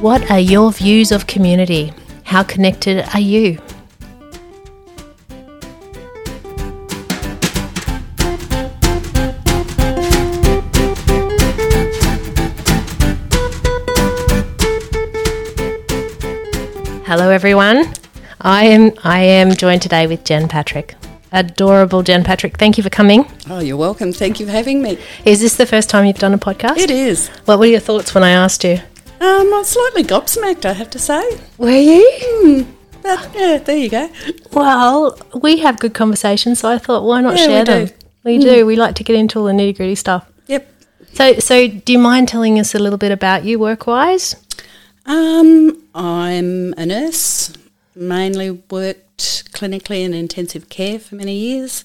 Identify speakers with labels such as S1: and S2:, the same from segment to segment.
S1: What are your views of community? How connected are you? Hello, everyone. I am I am joined today with Jen Patrick. Adorable Jen Patrick, thank you for coming.
S2: Oh, you're welcome. Thank you for having me.
S1: Is this the first time you've done a podcast?
S2: It is.
S1: What were your thoughts when I asked you?
S2: Um, I'm slightly gobsmacked, I have to say.
S1: Were you?
S2: Hmm. But yeah, there you go.
S1: Well, we have good conversations, so I thought why not
S2: Yeah,
S1: share
S2: we do. Hmm.
S1: them? We do. We like to get into all the nitty gritty stuff.
S2: Yep.
S1: So, so do you mind telling us a little bit about you work wise?
S2: Um, I'm a nurse. Mainly worked clinically in intensive care for many years.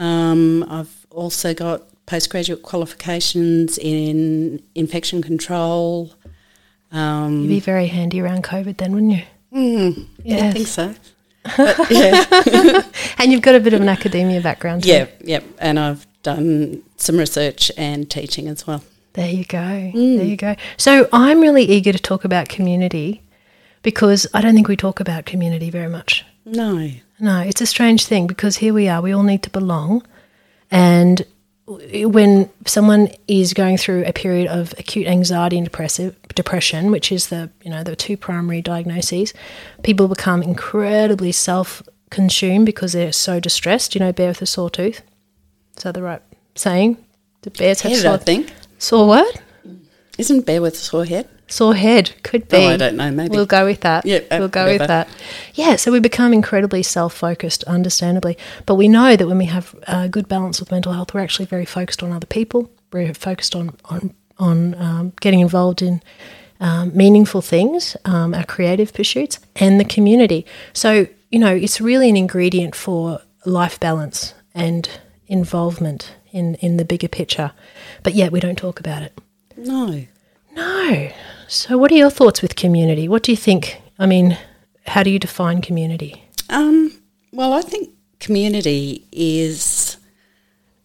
S2: Um, I've also got postgraduate qualifications in infection control. Um,
S1: You'd be very handy around COVID then, wouldn't you?
S2: Mm-hmm. I
S1: Yes.
S2: think so. But, yeah.
S1: And you've got a bit of an academia background. too.
S2: yeah, yeah. And I've done some research and teaching as well.
S1: There you go. There you go. So I'm really eager to talk about community because I don't think we talk about community very much.
S2: No.
S1: No, it's a strange thing because here we are, we all need to belong. And w- when someone is going through a period of acute anxiety and depressive depression, which is the, you know, the two primary diagnoses, people become incredibly self-consumed because they're so distressed, you know, bear with a sore tooth. Is that the right saying? The bears have
S2: Head, I
S1: sore,
S2: think.
S1: sore what?
S2: Isn't bear with a sore head?
S1: Sore head could be.
S2: Oh, I don't know, maybe.
S1: We'll go with that.
S2: Yeah, uh,
S1: we'll go with that.
S2: whatever.
S1: Yeah, so we become incredibly self focused, understandably. But we know that when we have a good balance with mental health, we're actually very focused on other people. We're focused on, on, on um, getting involved in um, meaningful things, um, our creative pursuits, and the community. So, you know, it's really an ingredient for life balance and involvement in, in the bigger picture. But yet we don't talk about it.
S2: No.
S1: No. So, what are your thoughts with community? What do you think? I mean, how do you define community?
S2: Um, well, I think community is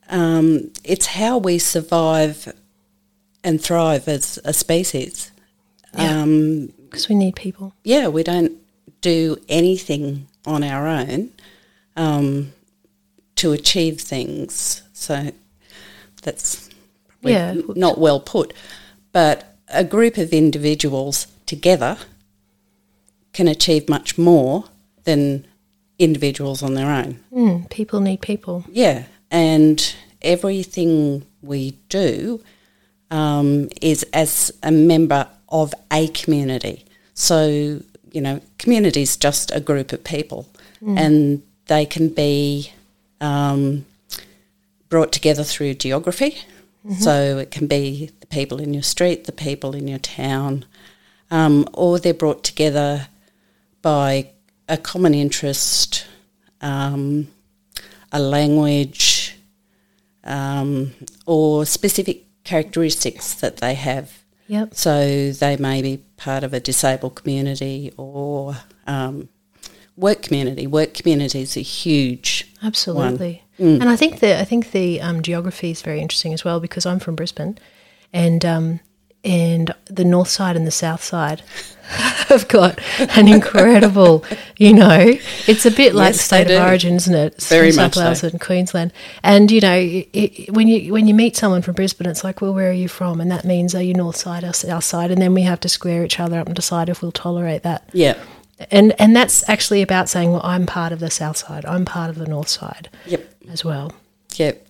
S2: um, it's how we survive and thrive as a species. Yeah. Um,
S1: Because we need people.
S2: yeah, we don't do anything on our own um, to achieve things. So that's probably
S1: Yeah.
S2: not well put. But a group of individuals together can achieve much more than individuals on their own.
S1: Mm, people need people.
S2: Yeah, and everything we do um, is as a member of a community. So, you know, community is just a group of people and they can be um, brought together through geography. So it can be the people in your street, the people in your town, um, or they're brought together by a common interest, um, a language, um, or specific characteristics that they have.
S1: Yep.
S2: So they may be part of a disabled community or um, work community. Work community is a huge.
S1: Absolutely.
S2: Mm.
S1: And I think the I think the um, geography is very interesting as well because I'm from Brisbane, and um, and the north side and the south side have got an incredible, you know, it's a bit like
S2: Yes,
S1: state
S2: they
S1: of
S2: do.
S1: origin, isn't it? It's
S2: Very
S1: New South
S2: much
S1: Wales
S2: so.
S1: and Queensland, and you know, i i when you when you meet someone from Brisbane, it's like, well, where are you from? And that means, are you north side or south side? And then we have to square each other up and decide if we'll tolerate that
S2: Yeah.
S1: and and that's actually about saying, well, I'm part of the south side, I'm part of the north side,
S2: Yep.
S1: as well.
S2: Yep.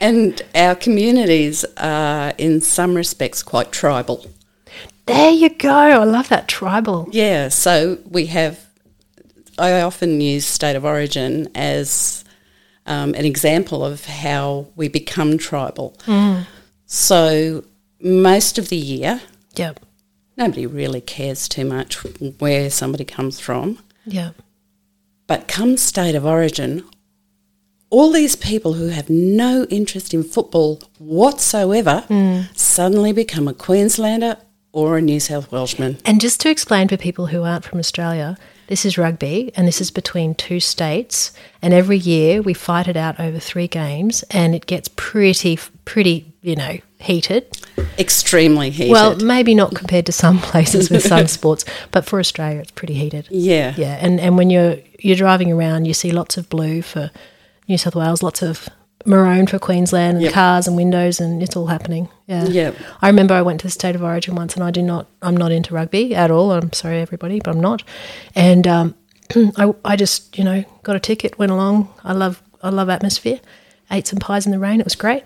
S2: and our communities are, in some respects, quite tribal.
S1: There you go. I love that tribal.
S2: Yeah, so we have. I often use state of origin as um, an example of how we become tribal. So most of the year,
S1: Yep.
S2: nobody really cares too much where somebody comes from.
S1: Yep.
S2: But come state of origin, all these people who have no interest in football whatsoever suddenly become a Queenslander or a New South Welshman.
S1: And just to explain for people who aren't from Australia, this is rugby, and this is between two states. And every year we fight it out over three games, and it gets pretty, pretty, you know, heated.
S2: Extremely heated.
S1: Well, maybe not compared to some places with some sports, but for Australia, it's pretty heated.
S2: yeah.
S1: Yeah, and and when you're you're driving around, you see lots of blue for New South Wales, lots of maroon for Queensland, and
S2: Yep.
S1: cars and windows, and it's all happening. Yeah,
S2: Yep.
S1: I remember I went to the state of origin once, and I do not, I'm not into rugby at all. I'm sorry, everybody, but I'm not. And um, I, I just you know got a ticket, went along. I love, I love atmosphere. Ate some pies in the rain. It was great.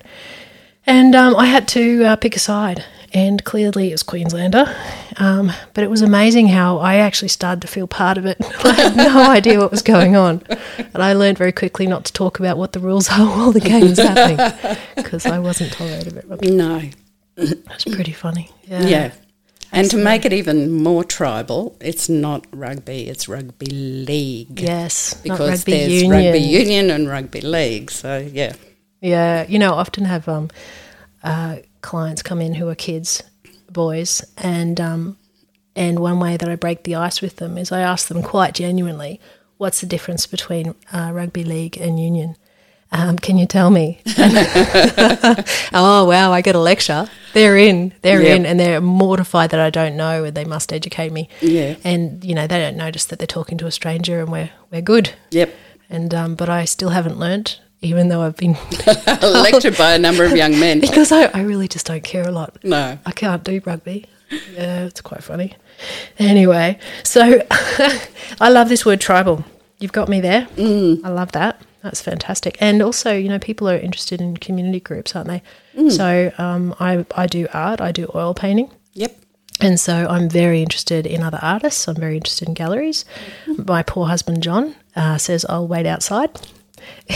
S1: And um, I had to uh, pick a side, and clearly it was Queenslander. Um, but it was amazing how I actually started to feel part of it. I had no idea what was going on. And I learned very quickly not to talk about what the rules are while the game's happening because I wasn't tolerant of it. But
S2: No.
S1: It was pretty funny. Yeah.
S2: Yeah. And to make it even more tribal, it's not rugby, it's rugby league.
S1: Yes. not
S2: Because there's rugby union and rugby league. So, yeah.
S1: Yeah, you know, I often have um, uh, clients come in who are kids, boys, and um, and one way that I break the ice with them is I ask them quite genuinely, "What's the difference between uh, rugby league and union?" Um, can you tell me? oh wow, I get a lecture. They're in, they're
S2: Yep.
S1: in, and they're mortified that I don't know, and they must educate me.
S2: Yeah.
S1: and you know they don't notice that they're talking to a stranger, and we're we're good.
S2: Yep.
S1: And um, but I still haven't learnt, even though I've been
S2: Elected by a number of young men.
S1: because I, I really just don't care a lot.
S2: No.
S1: I can't do rugby. Yeah, it's quite funny. Anyway, so I love this word tribal. You've got me there. Mm. I love that. That's fantastic. And also, you know, people are interested in community groups, aren't they? So um, I, I do art, I do oil painting.
S2: Yep.
S1: And so I'm very interested in other artists. I'm very interested in galleries. My poor husband, John, uh, says, I'll wait outside.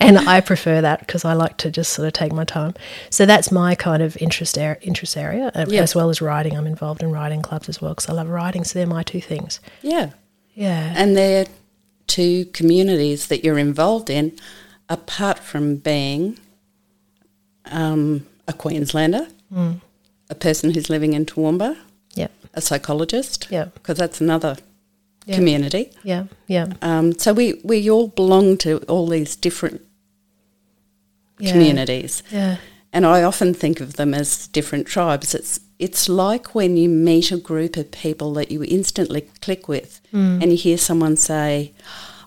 S1: and I prefer that because I like to just sort of take my time. So that's my kind of interest, ar- interest area, uh,
S2: Yeah.
S1: as well as writing. I'm involved in writing clubs as well because I love writing. So they're my two things.
S2: Yeah.
S1: Yeah.
S2: And they're two communities that you're involved in, apart from being um, a Queenslander,
S1: Mm.
S2: a person who's living in Toowoomba,
S1: Yep.
S2: a psychologist,
S1: Yep.
S2: because that's another
S1: Yeah.
S2: community.
S1: Yeah. Yeah.
S2: Um, so we, we all belong to all these different
S1: yeah.
S2: communities.
S1: Yeah.
S2: And I often think of them as different tribes. It's it's like when you meet a group of people that you instantly click with
S1: Mm.
S2: and you hear someone say,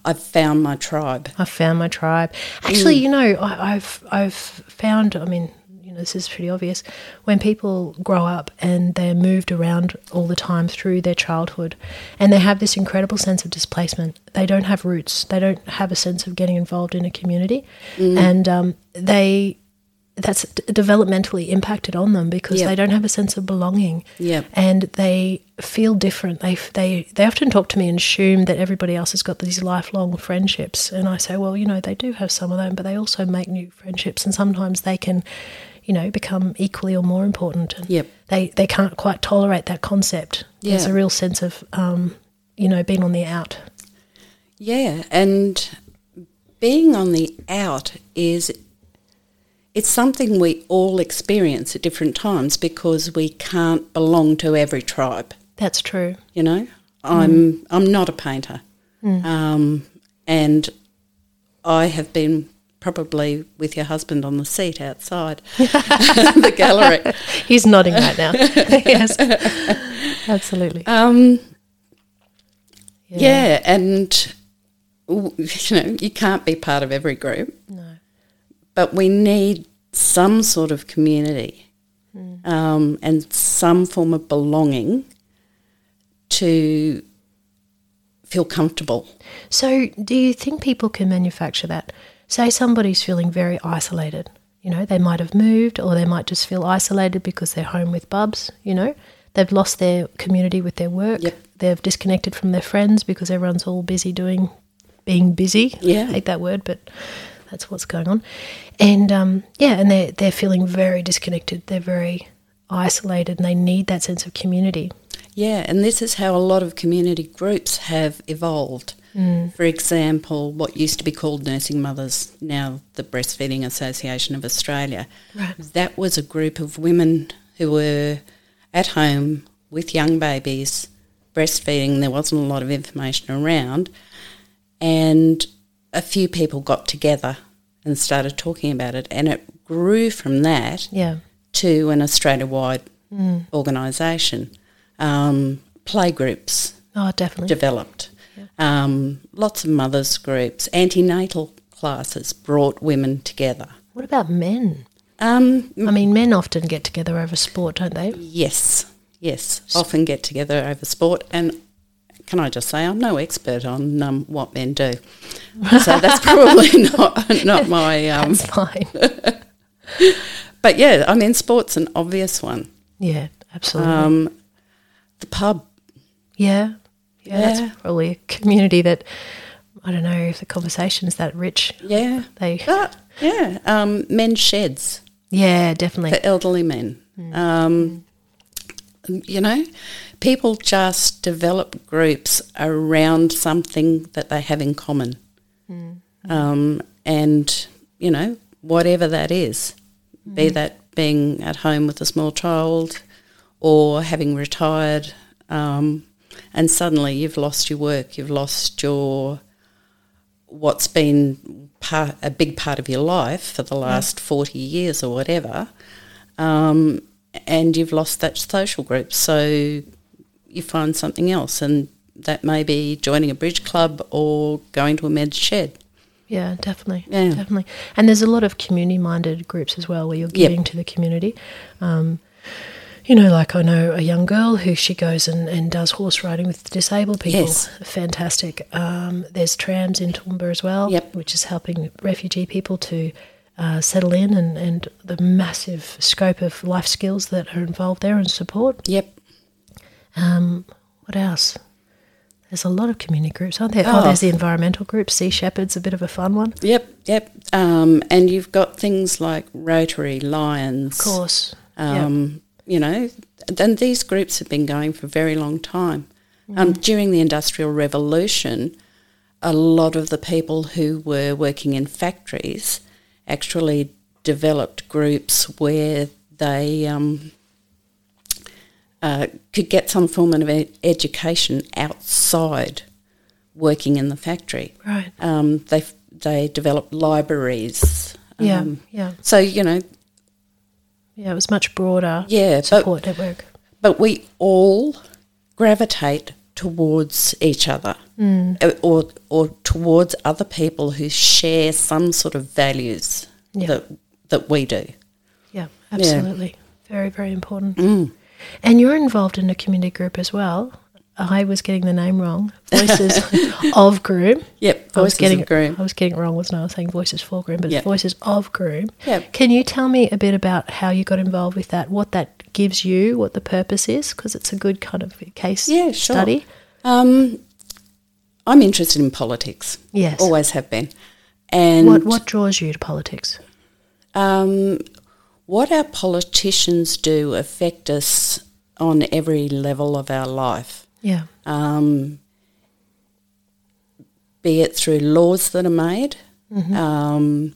S2: I've found my tribe.
S1: I found my tribe. Actually, you know, I, I've I've found. I mean, you know, this is pretty obvious. When people grow up and they're moved around all the time through their childhood, and they have this incredible sense of displacement, they don't have roots. They don't have a sense of getting involved in a community, and um, they that's d- developmentally impacted on them because
S2: Yep.
S1: they don't have a sense of belonging
S2: Yep.
S1: and they feel different they, f- they they often talk to me and assume that everybody else has got these lifelong friendships and i say well you know they do have some of them but they also make new friendships and sometimes they can you know become equally or more important and
S2: Yep.
S1: they they can't quite tolerate that concept there's
S2: Yeah.
S1: a real sense of um, you know being on the out
S2: Yeah, and being on the out is it's something we all experience at different times because we can't belong to every tribe.
S1: that's true
S2: You know, I'm I'm not a painter, um, and I have been probably with your husband on the seat outside the gallery.
S1: he's nodding right now yes absolutely
S2: Um, yeah. and w- you know, you can't be part of every group.
S1: No.
S2: But we need some sort of community um, and some form of belonging to feel comfortable.
S1: So, do you think people can manufacture that? Say somebody's feeling very isolated. You know, they might have moved or they might just feel isolated because they're home with bubs, you know. They've lost their community with their work.
S2: Yep.
S1: They've disconnected from their friends because everyone's all busy doing being busy.
S2: Yeah.
S1: I hate that word, but that's what's going on. And um, yeah, and they're they're feeling very disconnected. They're very isolated and they need that sense of community.
S2: Yeah, and this is how a lot of community groups have evolved. For example, what used to be called Nursing Mothers, now the Breastfeeding Association of Australia.
S1: Right.
S2: That was a group of women who were at home with young babies, breastfeeding. There wasn't a lot of information around. And a few people got together and started talking about it. And it grew from that
S1: Yeah.
S2: to an Australia wide organisation. Um, playgroups
S1: Oh, definitely.
S2: developed. Um, lots of mothers' groups, antenatal classes brought women together.
S1: What about men?
S2: Um,
S1: I mean, men often get together over sport, don't they?
S2: yes, yes, often get together over sport. And can I just say, I'm no expert on um, what men do. So that's probably not, not my. Um,
S1: That's fine.
S2: but yeah, I mean, sport's an obvious one.
S1: Yeah, absolutely.
S2: Um, the pub,
S1: yeah. yeah.
S2: yeah.
S1: That's probably a community that, I don't know if the conversation is that rich.
S2: yeah.
S1: They,
S2: But yeah, um, men's sheds.
S1: yeah, definitely.
S2: for elderly men. Um, you know, people just develop groups around something that they have in common. Um, and, you know, whatever that is, be that being at home with a small child or having retired, um, and suddenly you've lost your work, you've lost your what's been part, a big part of your life for the last 40 years or whatever, um, and you've lost that social group. So you find something else, and that may be joining a bridge club or going to a med shed.
S1: Yeah, definitely.
S2: Yeah.
S1: Definitely. And there's a lot of community minded groups as well where you're giving to the community. Um, you know, like I know a young girl who she goes and, and does horse riding with disabled people.
S2: Yes.
S1: Fantastic. Um, there's trams in Toowoomba as well,
S2: Yep.
S1: which is helping refugee people to uh, settle in and, and the massive scope of life skills that are involved there and support.
S2: Yep.
S1: Um, what else? There's a lot of community groups, aren't there? Oh,
S2: Oh.
S1: there's the environmental group, Sea Shepherd's a bit of a fun one.
S2: Yep, yep. Um, and you've got things like Rotary, Lions.
S1: Of course. Yeah.
S2: Um, You know, and these groups have been going for a very long time. Um,
S1: Mm-hmm.
S2: during the Industrial Revolution, a lot of the people who were working in factories actually developed groups where they um, uh, could get some form of e- education outside working in the factory.
S1: Right.
S2: Um, they they developed libraries.
S1: Yeah,
S2: Um,
S1: yeah,
S2: So you know,
S1: yeah. It was much broader
S2: yeah, but
S1: support network.
S2: but we all gravitate towards each other
S1: Mm.
S2: uh, or or towards other people who share some sort of values
S1: Yeah.
S2: that that we do.
S1: Yeah, absolutely. Very, very important. And you're involved in a community group as well. I was getting the name wrong. Voices of Groom.
S2: Yep,
S1: I was
S2: voices
S1: getting
S2: of groom.
S1: I was getting it wrong, wasn't I? I was saying Voices for Groom, but
S2: Yeah.
S1: it's Voices of Groom.
S2: Yeah.
S1: Can you tell me a bit about how you got involved with that? What that gives you? What the purpose is? Because it's a good kind of case
S2: Yeah, sure.
S1: study.
S2: Um, I'm interested in politics.
S1: Yes.
S2: always have been. Oh, And
S1: What what draws you to politics?
S2: um, what our politicians do affect us on every level of our life.
S1: Yeah.
S2: um, be it through laws that are made, um,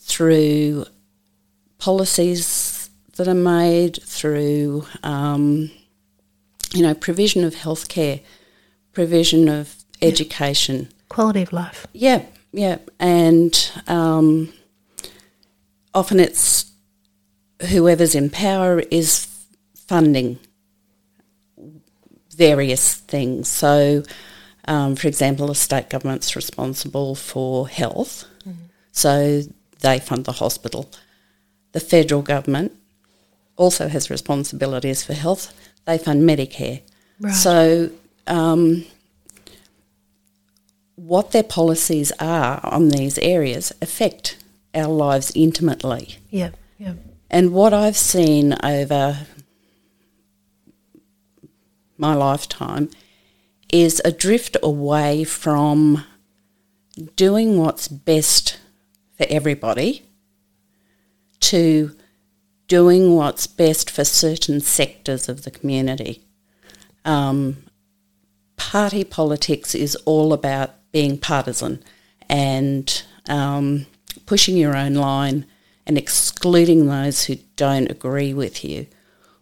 S2: through policies that are made, through um, you know provision of healthcare, provision of education.
S1: Quality of life.
S2: Yeah, yeah, and um, often it's whoever's in power is funding various things. So, um, for example, the state government's responsible for health, so they fund the hospital. The federal government also has responsibilities for health; they fund Medicare.
S1: Right.
S2: So. Um, what their policies are on these areas affect our lives intimately.
S1: Yeah. Yeah.
S2: And what I've seen over my lifetime is a drift away from doing what's best for everybody to doing what's best for certain sectors of the community. Um, party politics is all about being partisan and um, pushing your own line and excluding those who don't agree with you.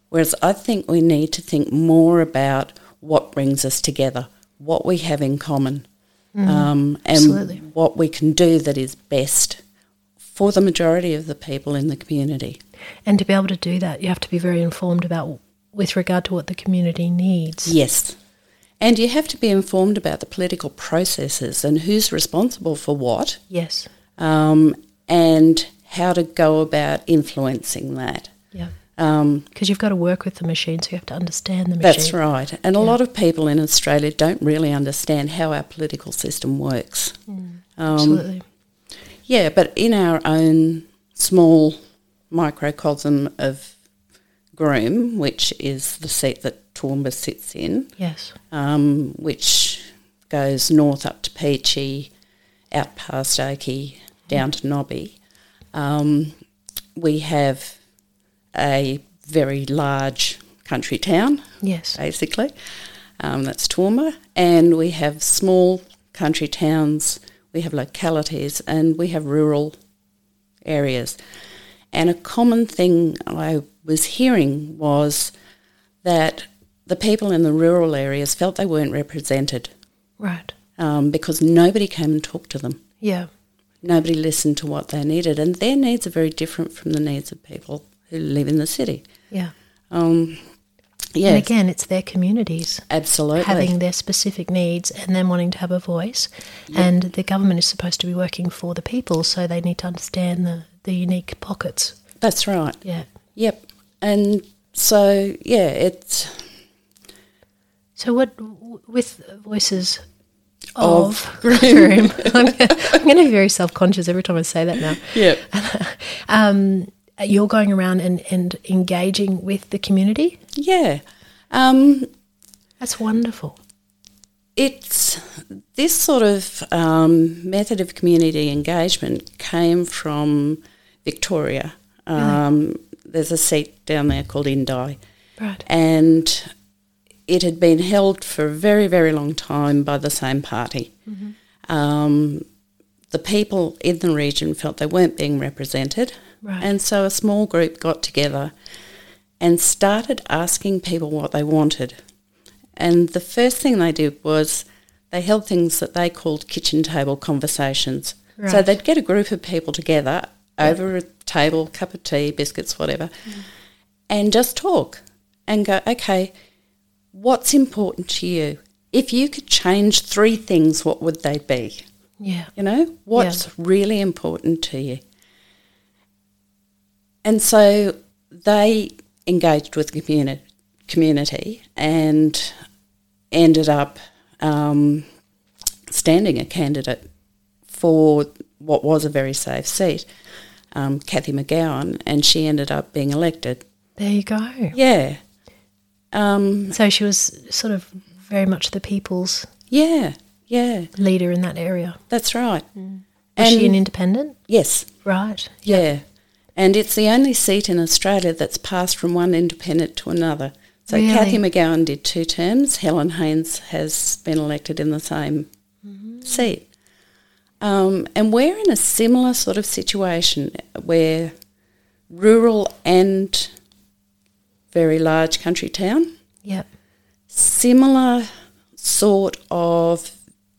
S2: Whereas I think we need to think more about what brings us together, what we have in common, um, and
S1: absolutely.
S2: what we can do that is best for the majority of the people in the community.
S1: And to be able to do that, you have to be very informed about with regard to what the community needs.
S2: Yes. And you have to be informed about the political processes and who's responsible for what
S1: Yes.
S2: um, and how to go about influencing that.
S1: Yeah.
S2: Um,
S1: Because you've got to work with the machine, so you have to understand the machine.
S2: that's right. And a lot of people in Australia don't really understand how our political system works. Um,
S1: Absolutely.
S2: Yeah, but in our own small microcosm of Groom, which is the seat that Toowoomba sits in,
S1: Yes.
S2: um, which goes north up to Peachy, out past Oakey, down to Nobby. Um, we have a very large country town,
S1: Yes.
S2: basically. Um, that's Toowoomba. And we have small country towns, we have localities, and we have rural areas. And a common thing I was hearing was that the people in the rural areas felt they weren't represented
S1: Right.
S2: um, because nobody came and talked to them.
S1: Yeah.
S2: Nobody listened to what they needed, and their needs are very different from the needs of people who live in the city.
S1: Yeah.
S2: Um,
S1: And
S2: yes,
S1: again, it's their communities
S2: absolutely.
S1: having their specific needs and then wanting to have a voice. And the government is supposed to be working for the people, so they need to understand the, the unique pockets.
S2: That's right.
S1: Yeah.
S2: Yep. And so, yeah, it's
S1: So what w- with voices
S2: Of
S1: of, Groom? I'm, I'm going to be very self conscious every time I say that now. Um,
S2: yep.
S1: You're going around and, and engaging with the community.
S2: yeah. Um,
S1: That's wonderful.
S2: it's this sort of um, method of community engagement came from Victoria. Um, There's a seat down there called Indi,
S1: Right.
S2: and it had been held for a very, very long time by the same party.
S1: Mm-hmm.
S2: Um, the people in the region felt they weren't being represented,
S1: Right.
S2: and so a small group got together and started asking people what they wanted. And the first thing they did was they held things that they called kitchen table conversations. So
S1: Right.
S2: they'd get a group of people together over a table, cup of tea, biscuits, whatever, and just talk and go, okay, what's important to you? If you could change three things, what would they be?
S1: Yeah.
S2: You know, what's really important to you? And so they engaged with the communi- community and ended up um, standing a candidate for what was a very safe seat, um, Kathy McGowan, and she ended up being elected.
S1: There you go.
S2: Yeah. Um,
S1: So she was sort of very much the people's
S2: yeah, yeah,
S1: leader in that area.
S2: that's right.
S1: Mm. Was
S2: And
S1: she an independent?
S2: yes,
S1: Right.
S2: Yeah. And it's the only seat in Australia that's passed from one independent to another. So
S1: Really?
S2: Kathy McGowan did two terms. Helen Haynes has been elected in the same seat. Um, and we're in a similar sort of situation where rural and very large country town,
S1: Yep.
S2: similar sort of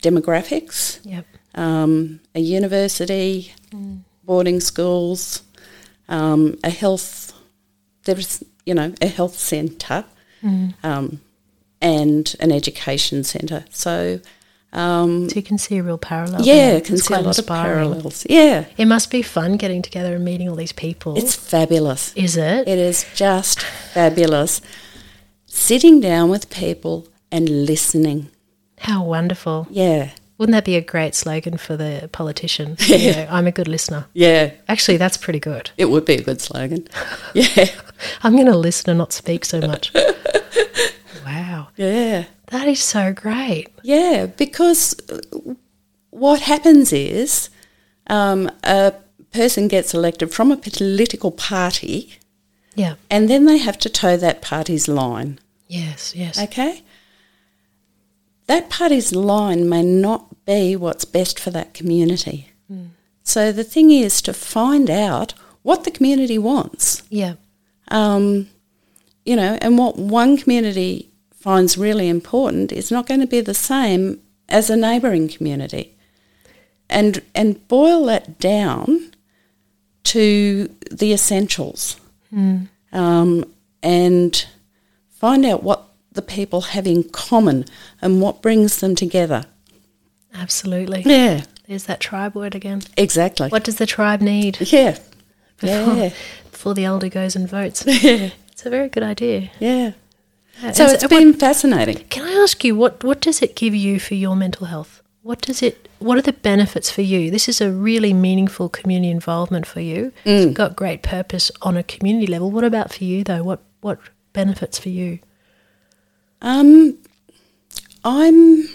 S2: demographics
S1: Yep.
S2: um, a university,
S1: Mm.
S2: boarding schools, um, a health, there's you know a health centre,
S1: Mm.
S2: um, and an education centre. So um,
S1: So you can see a real parallel.
S2: yeah,
S1: there.
S2: I can
S1: It's
S2: see a
S1: quite
S2: lot
S1: inspiring.
S2: of parallels. Yeah,
S1: It must be fun getting together and meeting all these people.
S2: it's fabulous.
S1: is it?
S2: It is just fabulous. Sitting down with people and listening.
S1: How wonderful.
S2: Yeah,
S1: Wouldn't that be a great slogan for the politician? You know, I'm a good listener.
S2: yeah,
S1: Actually, that's pretty good.
S2: it would be a good slogan. yeah,
S1: I'm going to listen and not speak so much. wow.
S2: yeah.
S1: That is so great.
S2: Yeah, because uh, what happens is um, a person gets elected from a political party
S1: Yeah.
S2: and then they have to toe that party's line,
S1: Yes, yes.
S2: okay? That party's line may not be what's best for that community. So the thing is to find out what the community wants
S1: yeah.
S2: um, you know, and what one community finds really important is not going to be the same as a neighbouring community, and and boil that down to the essentials. um, and find out what the people have in common and what brings them together.
S1: Absolutely.
S2: Yeah,
S1: There's that tribe word again.
S2: exactly.
S1: What does the tribe need
S2: Yeah,
S1: before,
S2: yeah,
S1: before the elder goes and votes? It's a very good idea.
S2: yeah.
S1: Yeah,
S2: So
S1: and
S2: it's been fascinating.
S1: Can I ask you what what does it give you for your mental health? What does it what are the benefits for you? This is a really meaningful community involvement for you.
S2: Mm.
S1: It's got great purpose on a community level. What about for you though? What what benefits for you?
S2: Um, I'm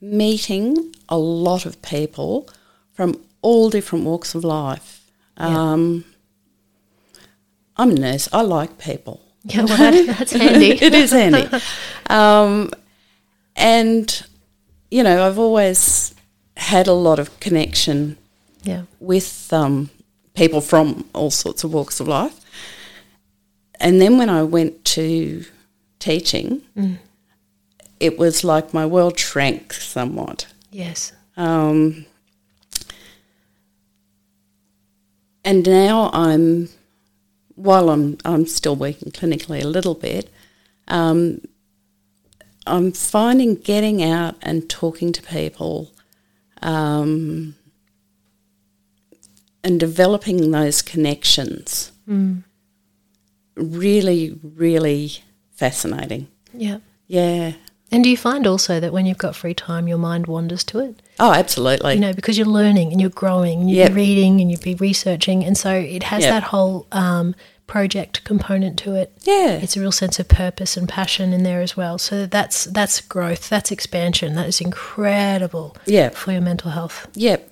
S2: meeting a lot of people from all different walks of life. Um, I'm a nurse. I like people.
S1: Yeah, well that, that's handy.
S2: it is handy. Um, and you know, I've always had a lot of connection
S1: Yeah.
S2: with um, people from all sorts of walks of life. And then when I went to teaching, it was like my world shrank somewhat.
S1: Yes.
S2: Um, and now I'm, while I'm, I'm still working clinically a little bit, um, I'm finding getting out and talking to people um, and developing those connections
S1: Hmm.
S2: really, really fascinating.
S1: Yeah.
S2: Yeah.
S1: And do you find also that when you've got free time your mind wanders to it?
S2: Oh, absolutely.
S1: you know, because you're learning and you're growing and you're
S2: Yep.
S1: reading and you'd be researching. And so it has
S2: Yep.
S1: that whole um, project component to it.
S2: Yeah.
S1: It's a real sense of purpose and passion in there as well. So that's that's growth, that's expansion. That is incredible
S2: yeah.
S1: for your mental health.
S2: Yep.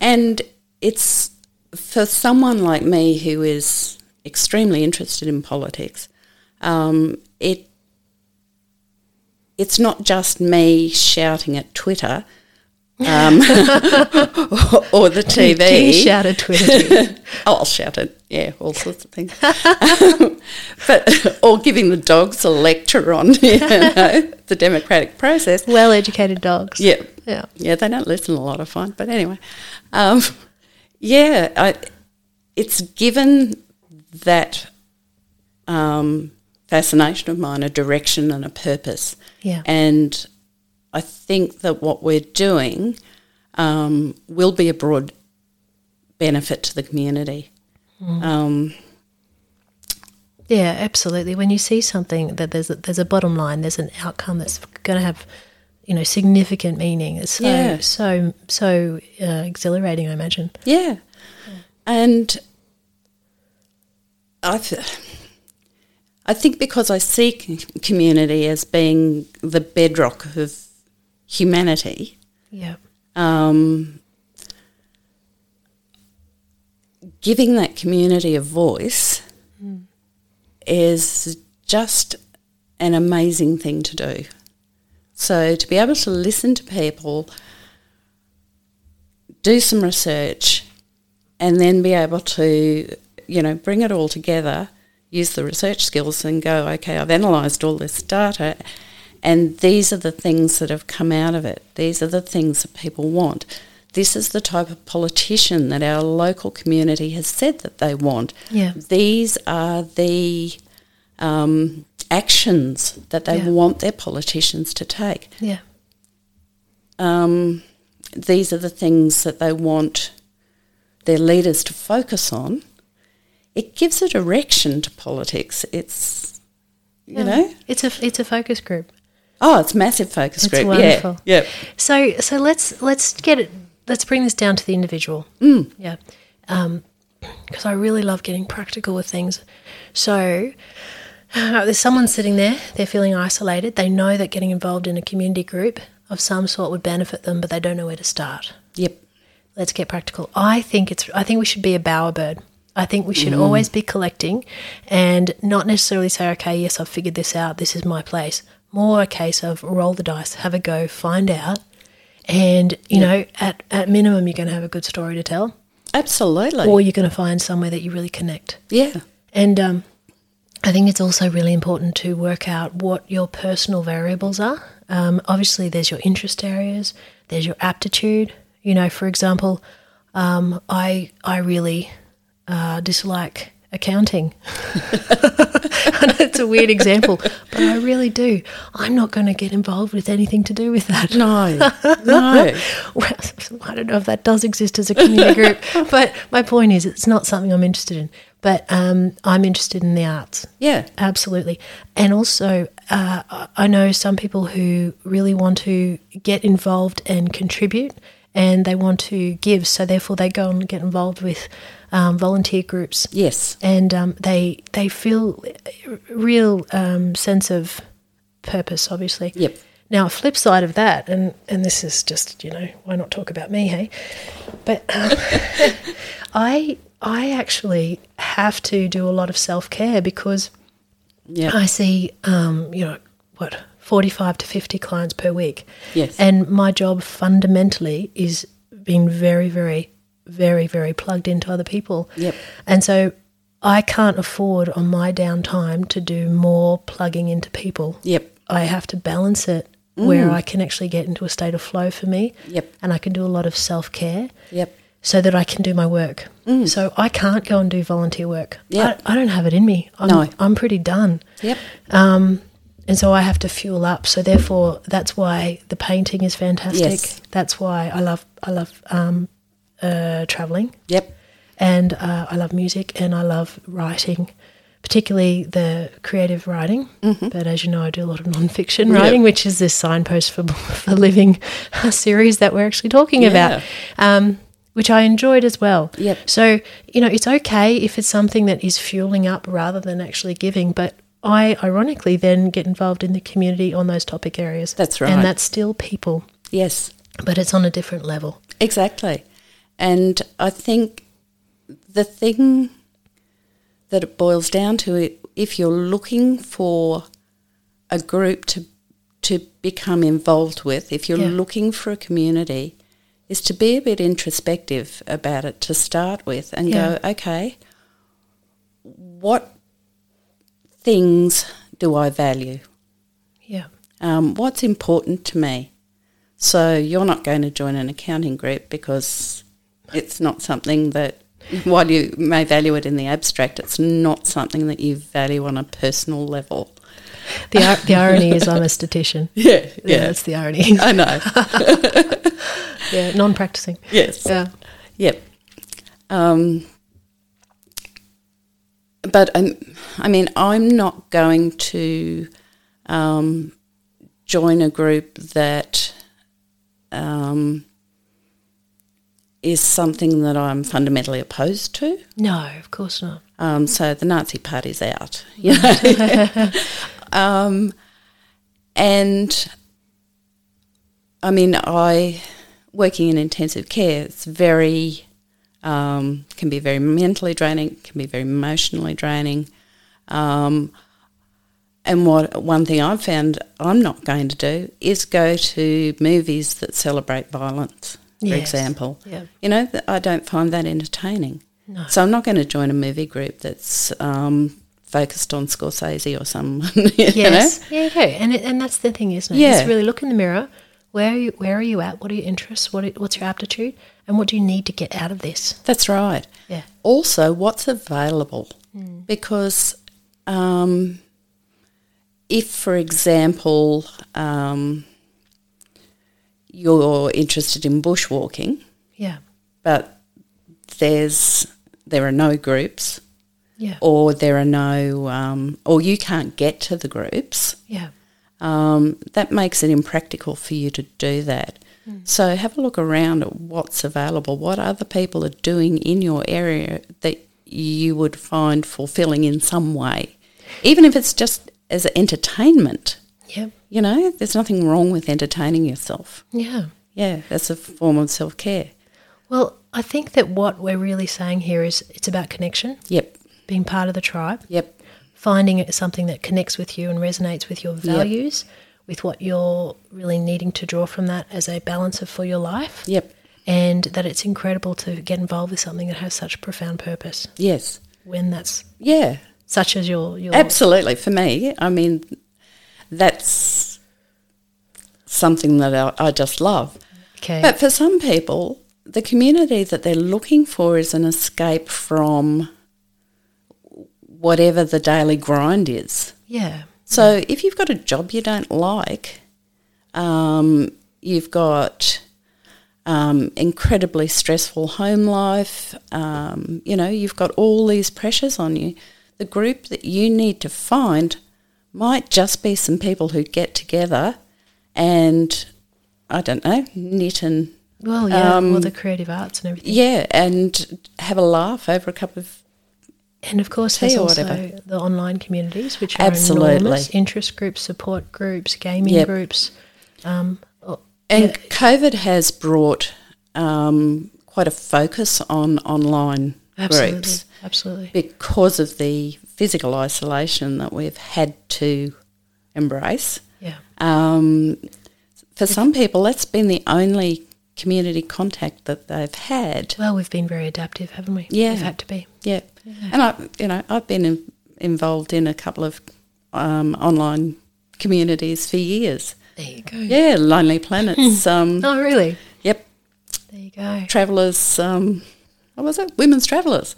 S2: And it's for someone like me who is extremely interested in politics, um, it it's not just me shouting at Twitter um, or, or the
S1: Do you
S2: TV.
S1: shout at Twitter?
S2: oh, I'll shout at, yeah, all sorts of things. Um, but Or giving the dogs a lecture on you know, the democratic process.
S1: well educated dogs.
S2: Yeah.
S1: Yeah.
S2: Yeah, they don't listen a lot, I find. But anyway, um, yeah, I, it's given that um, fascination of mine a direction and a purpose.
S1: Yeah.
S2: And I think that what we're doing um, will be a broad benefit to the community. Um,
S1: Yeah, absolutely. When you see something that there's a, there's a bottom line, there's an outcome that's going to have you know significant meaning. It's so
S2: Yeah.
S1: so so uh, exhilarating, I imagine.
S2: yeah. And I, th- I think because I see c- community as being the bedrock of humanity,
S1: Yeah.
S2: um, giving that community a voice is just an amazing thing to do. So to be able to listen to people, do some research, and then be able to, you know, bring it all together, use the research skills and go, okay, I've analysed all this data and these are the things that have come out of it. These are the things that people want. This is the type of politician that our local community has said that they want.
S1: Yeah.
S2: These are the um, actions that they
S1: Yeah.
S2: want their politicians to take
S1: Yeah.
S2: um, these are the things that they want their leaders to focus on. It gives a direction to politics. It's, you
S1: Yeah.
S2: know,
S1: it's a it's a focus group.
S2: oh, it's massive focus
S1: It's
S2: group.
S1: wonderful.
S2: Yeah, yeah,
S1: So so let's let's get it. Let's bring this down to the individual. Yeah, because I really love getting practical with things. So uh, there's someone sitting there. They're feeling isolated. They know that getting involved in a community group of some sort would benefit them, but they don't know where to start.
S2: yep,
S1: let's get practical. I think it's I think we should be a bowerbird. I think we should always be collecting and not necessarily say, okay, yes, I've figured this out, this is my place. More a case of roll the dice, have a go, find out. And, you know, at, at minimum you're gonna have a good story to tell.
S2: absolutely.
S1: Or you're gonna find somewhere that you really connect.
S2: yeah,
S1: And um, I think it's also really important to work out what your personal variables are. Um, obviously, there's your interest areas, there's your aptitude. You know, for example, um, I I really uh, dislike accounting. and it's a weird example, but I really do. I'm not going to get involved with anything to do with that.
S2: No, no.
S1: Well, I don't know if that does exist as a community group, but my point is it's not something I'm interested in. But um, I'm interested in the arts.
S2: Yeah.
S1: Absolutely. And also, uh, I- I know some people who really want to get involved and contribute and they want to give. So, therefore, they go and get involved with um, volunteer groups.
S2: Yes.
S1: And um, they, they feel a real um, sense of purpose, obviously.
S2: Yep.
S1: Now, a flip side of that, and, and this is just, you know, why not talk about me, hey? But um, I, I actually have to do a lot of self care because
S2: Yeah.
S1: I see, um, you know, what, 45 to 50 clients per week.
S2: Yes.
S1: And my job fundamentally is being very, very, very, very plugged into other people.
S2: Yep.
S1: And so I can't afford on my downtime to do more plugging into people.
S2: Yep.
S1: I have to balance it where I can actually get into a state of flow for me.
S2: Mm. Yep.
S1: And I can do a lot of self care
S2: Yep.
S1: so that I can do my work. So I can't go and do volunteer work.
S2: Mm. Yeah.
S1: I, I don't have it in me. I'm,
S2: No.
S1: I'm pretty done.
S2: Yep.
S1: And so I have to fuel up. So therefore, that's why the painting is fantastic.
S2: Yes.
S1: That's why I love I love um, uh, traveling
S2: Yep.
S1: and uh, I love music and I love writing, particularly the creative writing. But as you know, I do a lot of nonfiction
S2: Mm-hmm. Yeah.
S1: writing, which is this signpost for for living uh, series that we're actually talking about, um, which I enjoyed as well.
S2: Yep.
S1: So you know, it's okay if it's something that is fueling up rather than actually giving, but. I ironically then get involved in the community on those topic areas.
S2: That's right.
S1: And that's still people,
S2: Yes.
S1: but it's on a different level.
S2: Exactly. And I think the thing that it boils down to it if you're looking for a group to to become involved with, if you're
S1: Yeah.
S2: looking for a community, is to be a bit introspective about it to start with and go, okay, what things do I value?
S1: Yeah.
S2: um, what's important to me. So you're not going to join an accounting group because it's not something that, while you may value it in the abstract, it's not something that you value on a personal level.
S1: The, ir- the irony is I'm a statistician.
S2: Yeah,
S1: Yeah, that's the irony.
S2: I know.
S1: yeah, non-practicing.
S2: yes.
S1: Yeah,
S2: Yep. Um, but um, I mean, I'm not going to um, join a group that um, is something that I'm fundamentally opposed to.
S1: no, of course not.
S2: Um, so the Nazi Party's out. You know? um, and I mean, I working in intensive care. It's very um, can be very mentally draining. Can be very emotionally draining. Um, and what one thing I've found I'm not going to do is go to movies that celebrate violence, for
S1: Yes.
S2: example.
S1: Yeah.
S2: You know, th- I don't find that entertaining.
S1: No.
S2: So I'm not going to join a movie group that's um, focused on Scorsese or someone. you
S1: Yes, yeah, yeah, and it, and that's the thing, isn't it?
S2: Yeah.
S1: Just really look in the mirror. Where are you, where are you at? What are your interests? What are, what's your aptitude? And what do you need to get out of this?
S2: know? That's right.
S1: Yeah,
S2: Also, what's available?
S1: Hmm.
S2: Because um, if, for example, um, you're interested in bushwalking,
S1: yeah,
S2: but there's there are no groups,
S1: yeah,
S2: or there are no, um, or you can't get to the groups.
S1: yeah,
S2: um, that makes it impractical for you to do that. So have a look around at what's available, what other people are doing in your area that you would find fulfilling in some way, even if it's just as entertainment.
S1: yeah,
S2: You know, there's nothing wrong with entertaining yourself.
S1: yeah.
S2: Yeah, that's a form of self care.
S1: Well, I think that what we're really saying here is it's about connection,
S2: Yep,
S1: being part of the tribe,
S2: yep,
S1: finding it something that connects with you and resonates with your values, with what you're really needing to draw from that as a balancer for your life.
S2: yep,
S1: and that it's incredible to get involved with something that has such profound purpose
S2: yes,
S1: when that's
S2: yeah.
S1: such as your your
S2: Absolutely, for me, I mean, that's something that I, I just love.
S1: okay
S2: But for some people, the community that they're looking for is an escape from whatever the daily grind is.
S1: Yeah.
S2: So if you've got a job you don't like, um, you've got um, incredibly stressful home life, um, you know, you've got all these pressures on you. The group that you need to find might just be some people who get together and, I don't know, knit and
S1: Well, yeah.
S2: Um,
S1: well, the creative arts and everything.
S2: yeah, and have a laugh over a cup of
S1: And of course,
S2: Tea
S1: there's
S2: or
S1: also
S2: whatever.
S1: the online communities, which are
S2: Absolutely.
S1: enormous. Interest groups, support groups, gaming
S2: Yep.
S1: groups. Um, oh,
S2: And COVID has brought um, quite a focus on online
S1: absolutely,
S2: groups
S1: absolutely.
S2: because of the physical isolation that we've had to embrace.
S1: Yeah,
S2: Um, for some people, that's been the only community contact that they've had.
S1: Well, we've been very adaptive, haven't we?
S2: Yeah.
S1: We've had to be.
S2: Yeah, and I, you know, I've been in, involved in a couple of um, online communities for years.
S1: There you go.
S2: Yeah, Lonely Planets. um,
S1: Oh, really?
S2: Yep,
S1: There you go.
S2: travellers. Um, what was it? Women's travellers.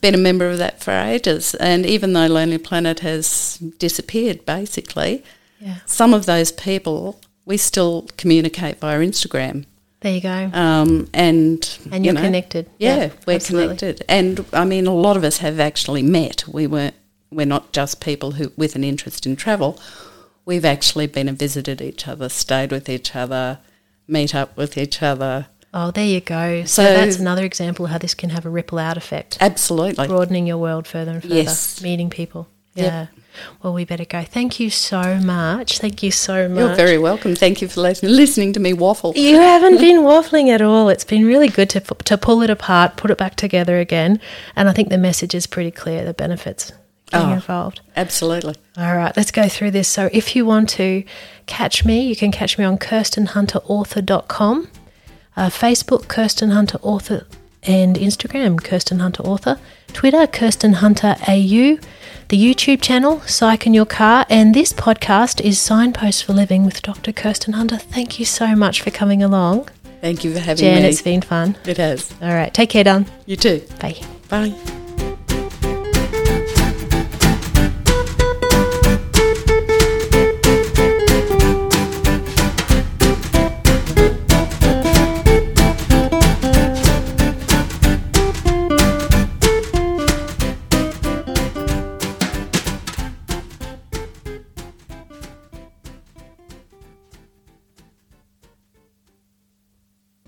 S2: Been a member of that for ages, and even though Lonely Planet has disappeared, basically,
S1: Yeah.
S2: some of those people we still communicate via Instagram,
S1: There you go.
S2: um, and
S1: And
S2: you
S1: you're
S2: know,
S1: connected.
S2: Yeah, we're
S1: absolutely.
S2: connected, and I mean, a lot of us have actually met. We weren't. We're not just people who with an interest in travel. We've actually been and visited each other, stayed with each other, meet up with each other.
S1: Oh, there you go. So,
S2: So-
S1: that's another example of how this can have a ripple out effect,
S2: Absolutely.
S1: broadening your world further and further,
S2: Yes.
S1: meeting people. Yeah.
S2: Yep.
S1: Well, we better go. Thank you so much. Thank you so much.
S2: You're very welcome. Thank you for lis- listening to me waffle.
S1: You haven't been waffling at all. It's been really good to, to pull it apart, put it back together again. And I think the message is pretty clear the benefits getting
S2: Oh.
S1: involved.
S2: Absolutely.
S1: All right, let's go through this. So, if you want to catch me, you can catch me on kirstenhunterauthor.com, uh, Facebook, Kirsten Hunter Author, and Instagram, Kirsten Hunter Author, Twitter, Kirsten Hunter AU, the YouTube channel, Psych in Your Car, and this podcast is Signposts for Living with Dr. Kirsten Hunter. Thank you so much for coming along.
S2: Thank you for having
S1: Jan,
S2: me.
S1: it's been fun.
S2: it has.
S1: All right, take care, Dan.
S2: You too.
S1: Bye.
S2: Bye.